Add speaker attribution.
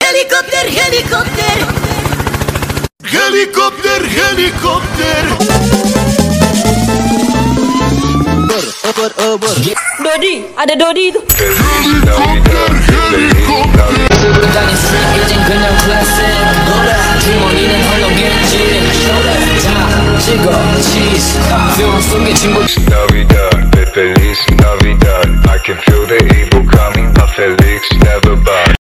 Speaker 1: Helikopter, helikopter.
Speaker 2: Helikopter, helikopter.
Speaker 1: Dodi, ada Dodi tu.
Speaker 3: Navidad, Feliz Navidad. I can feel the evil coming, but Felix never back.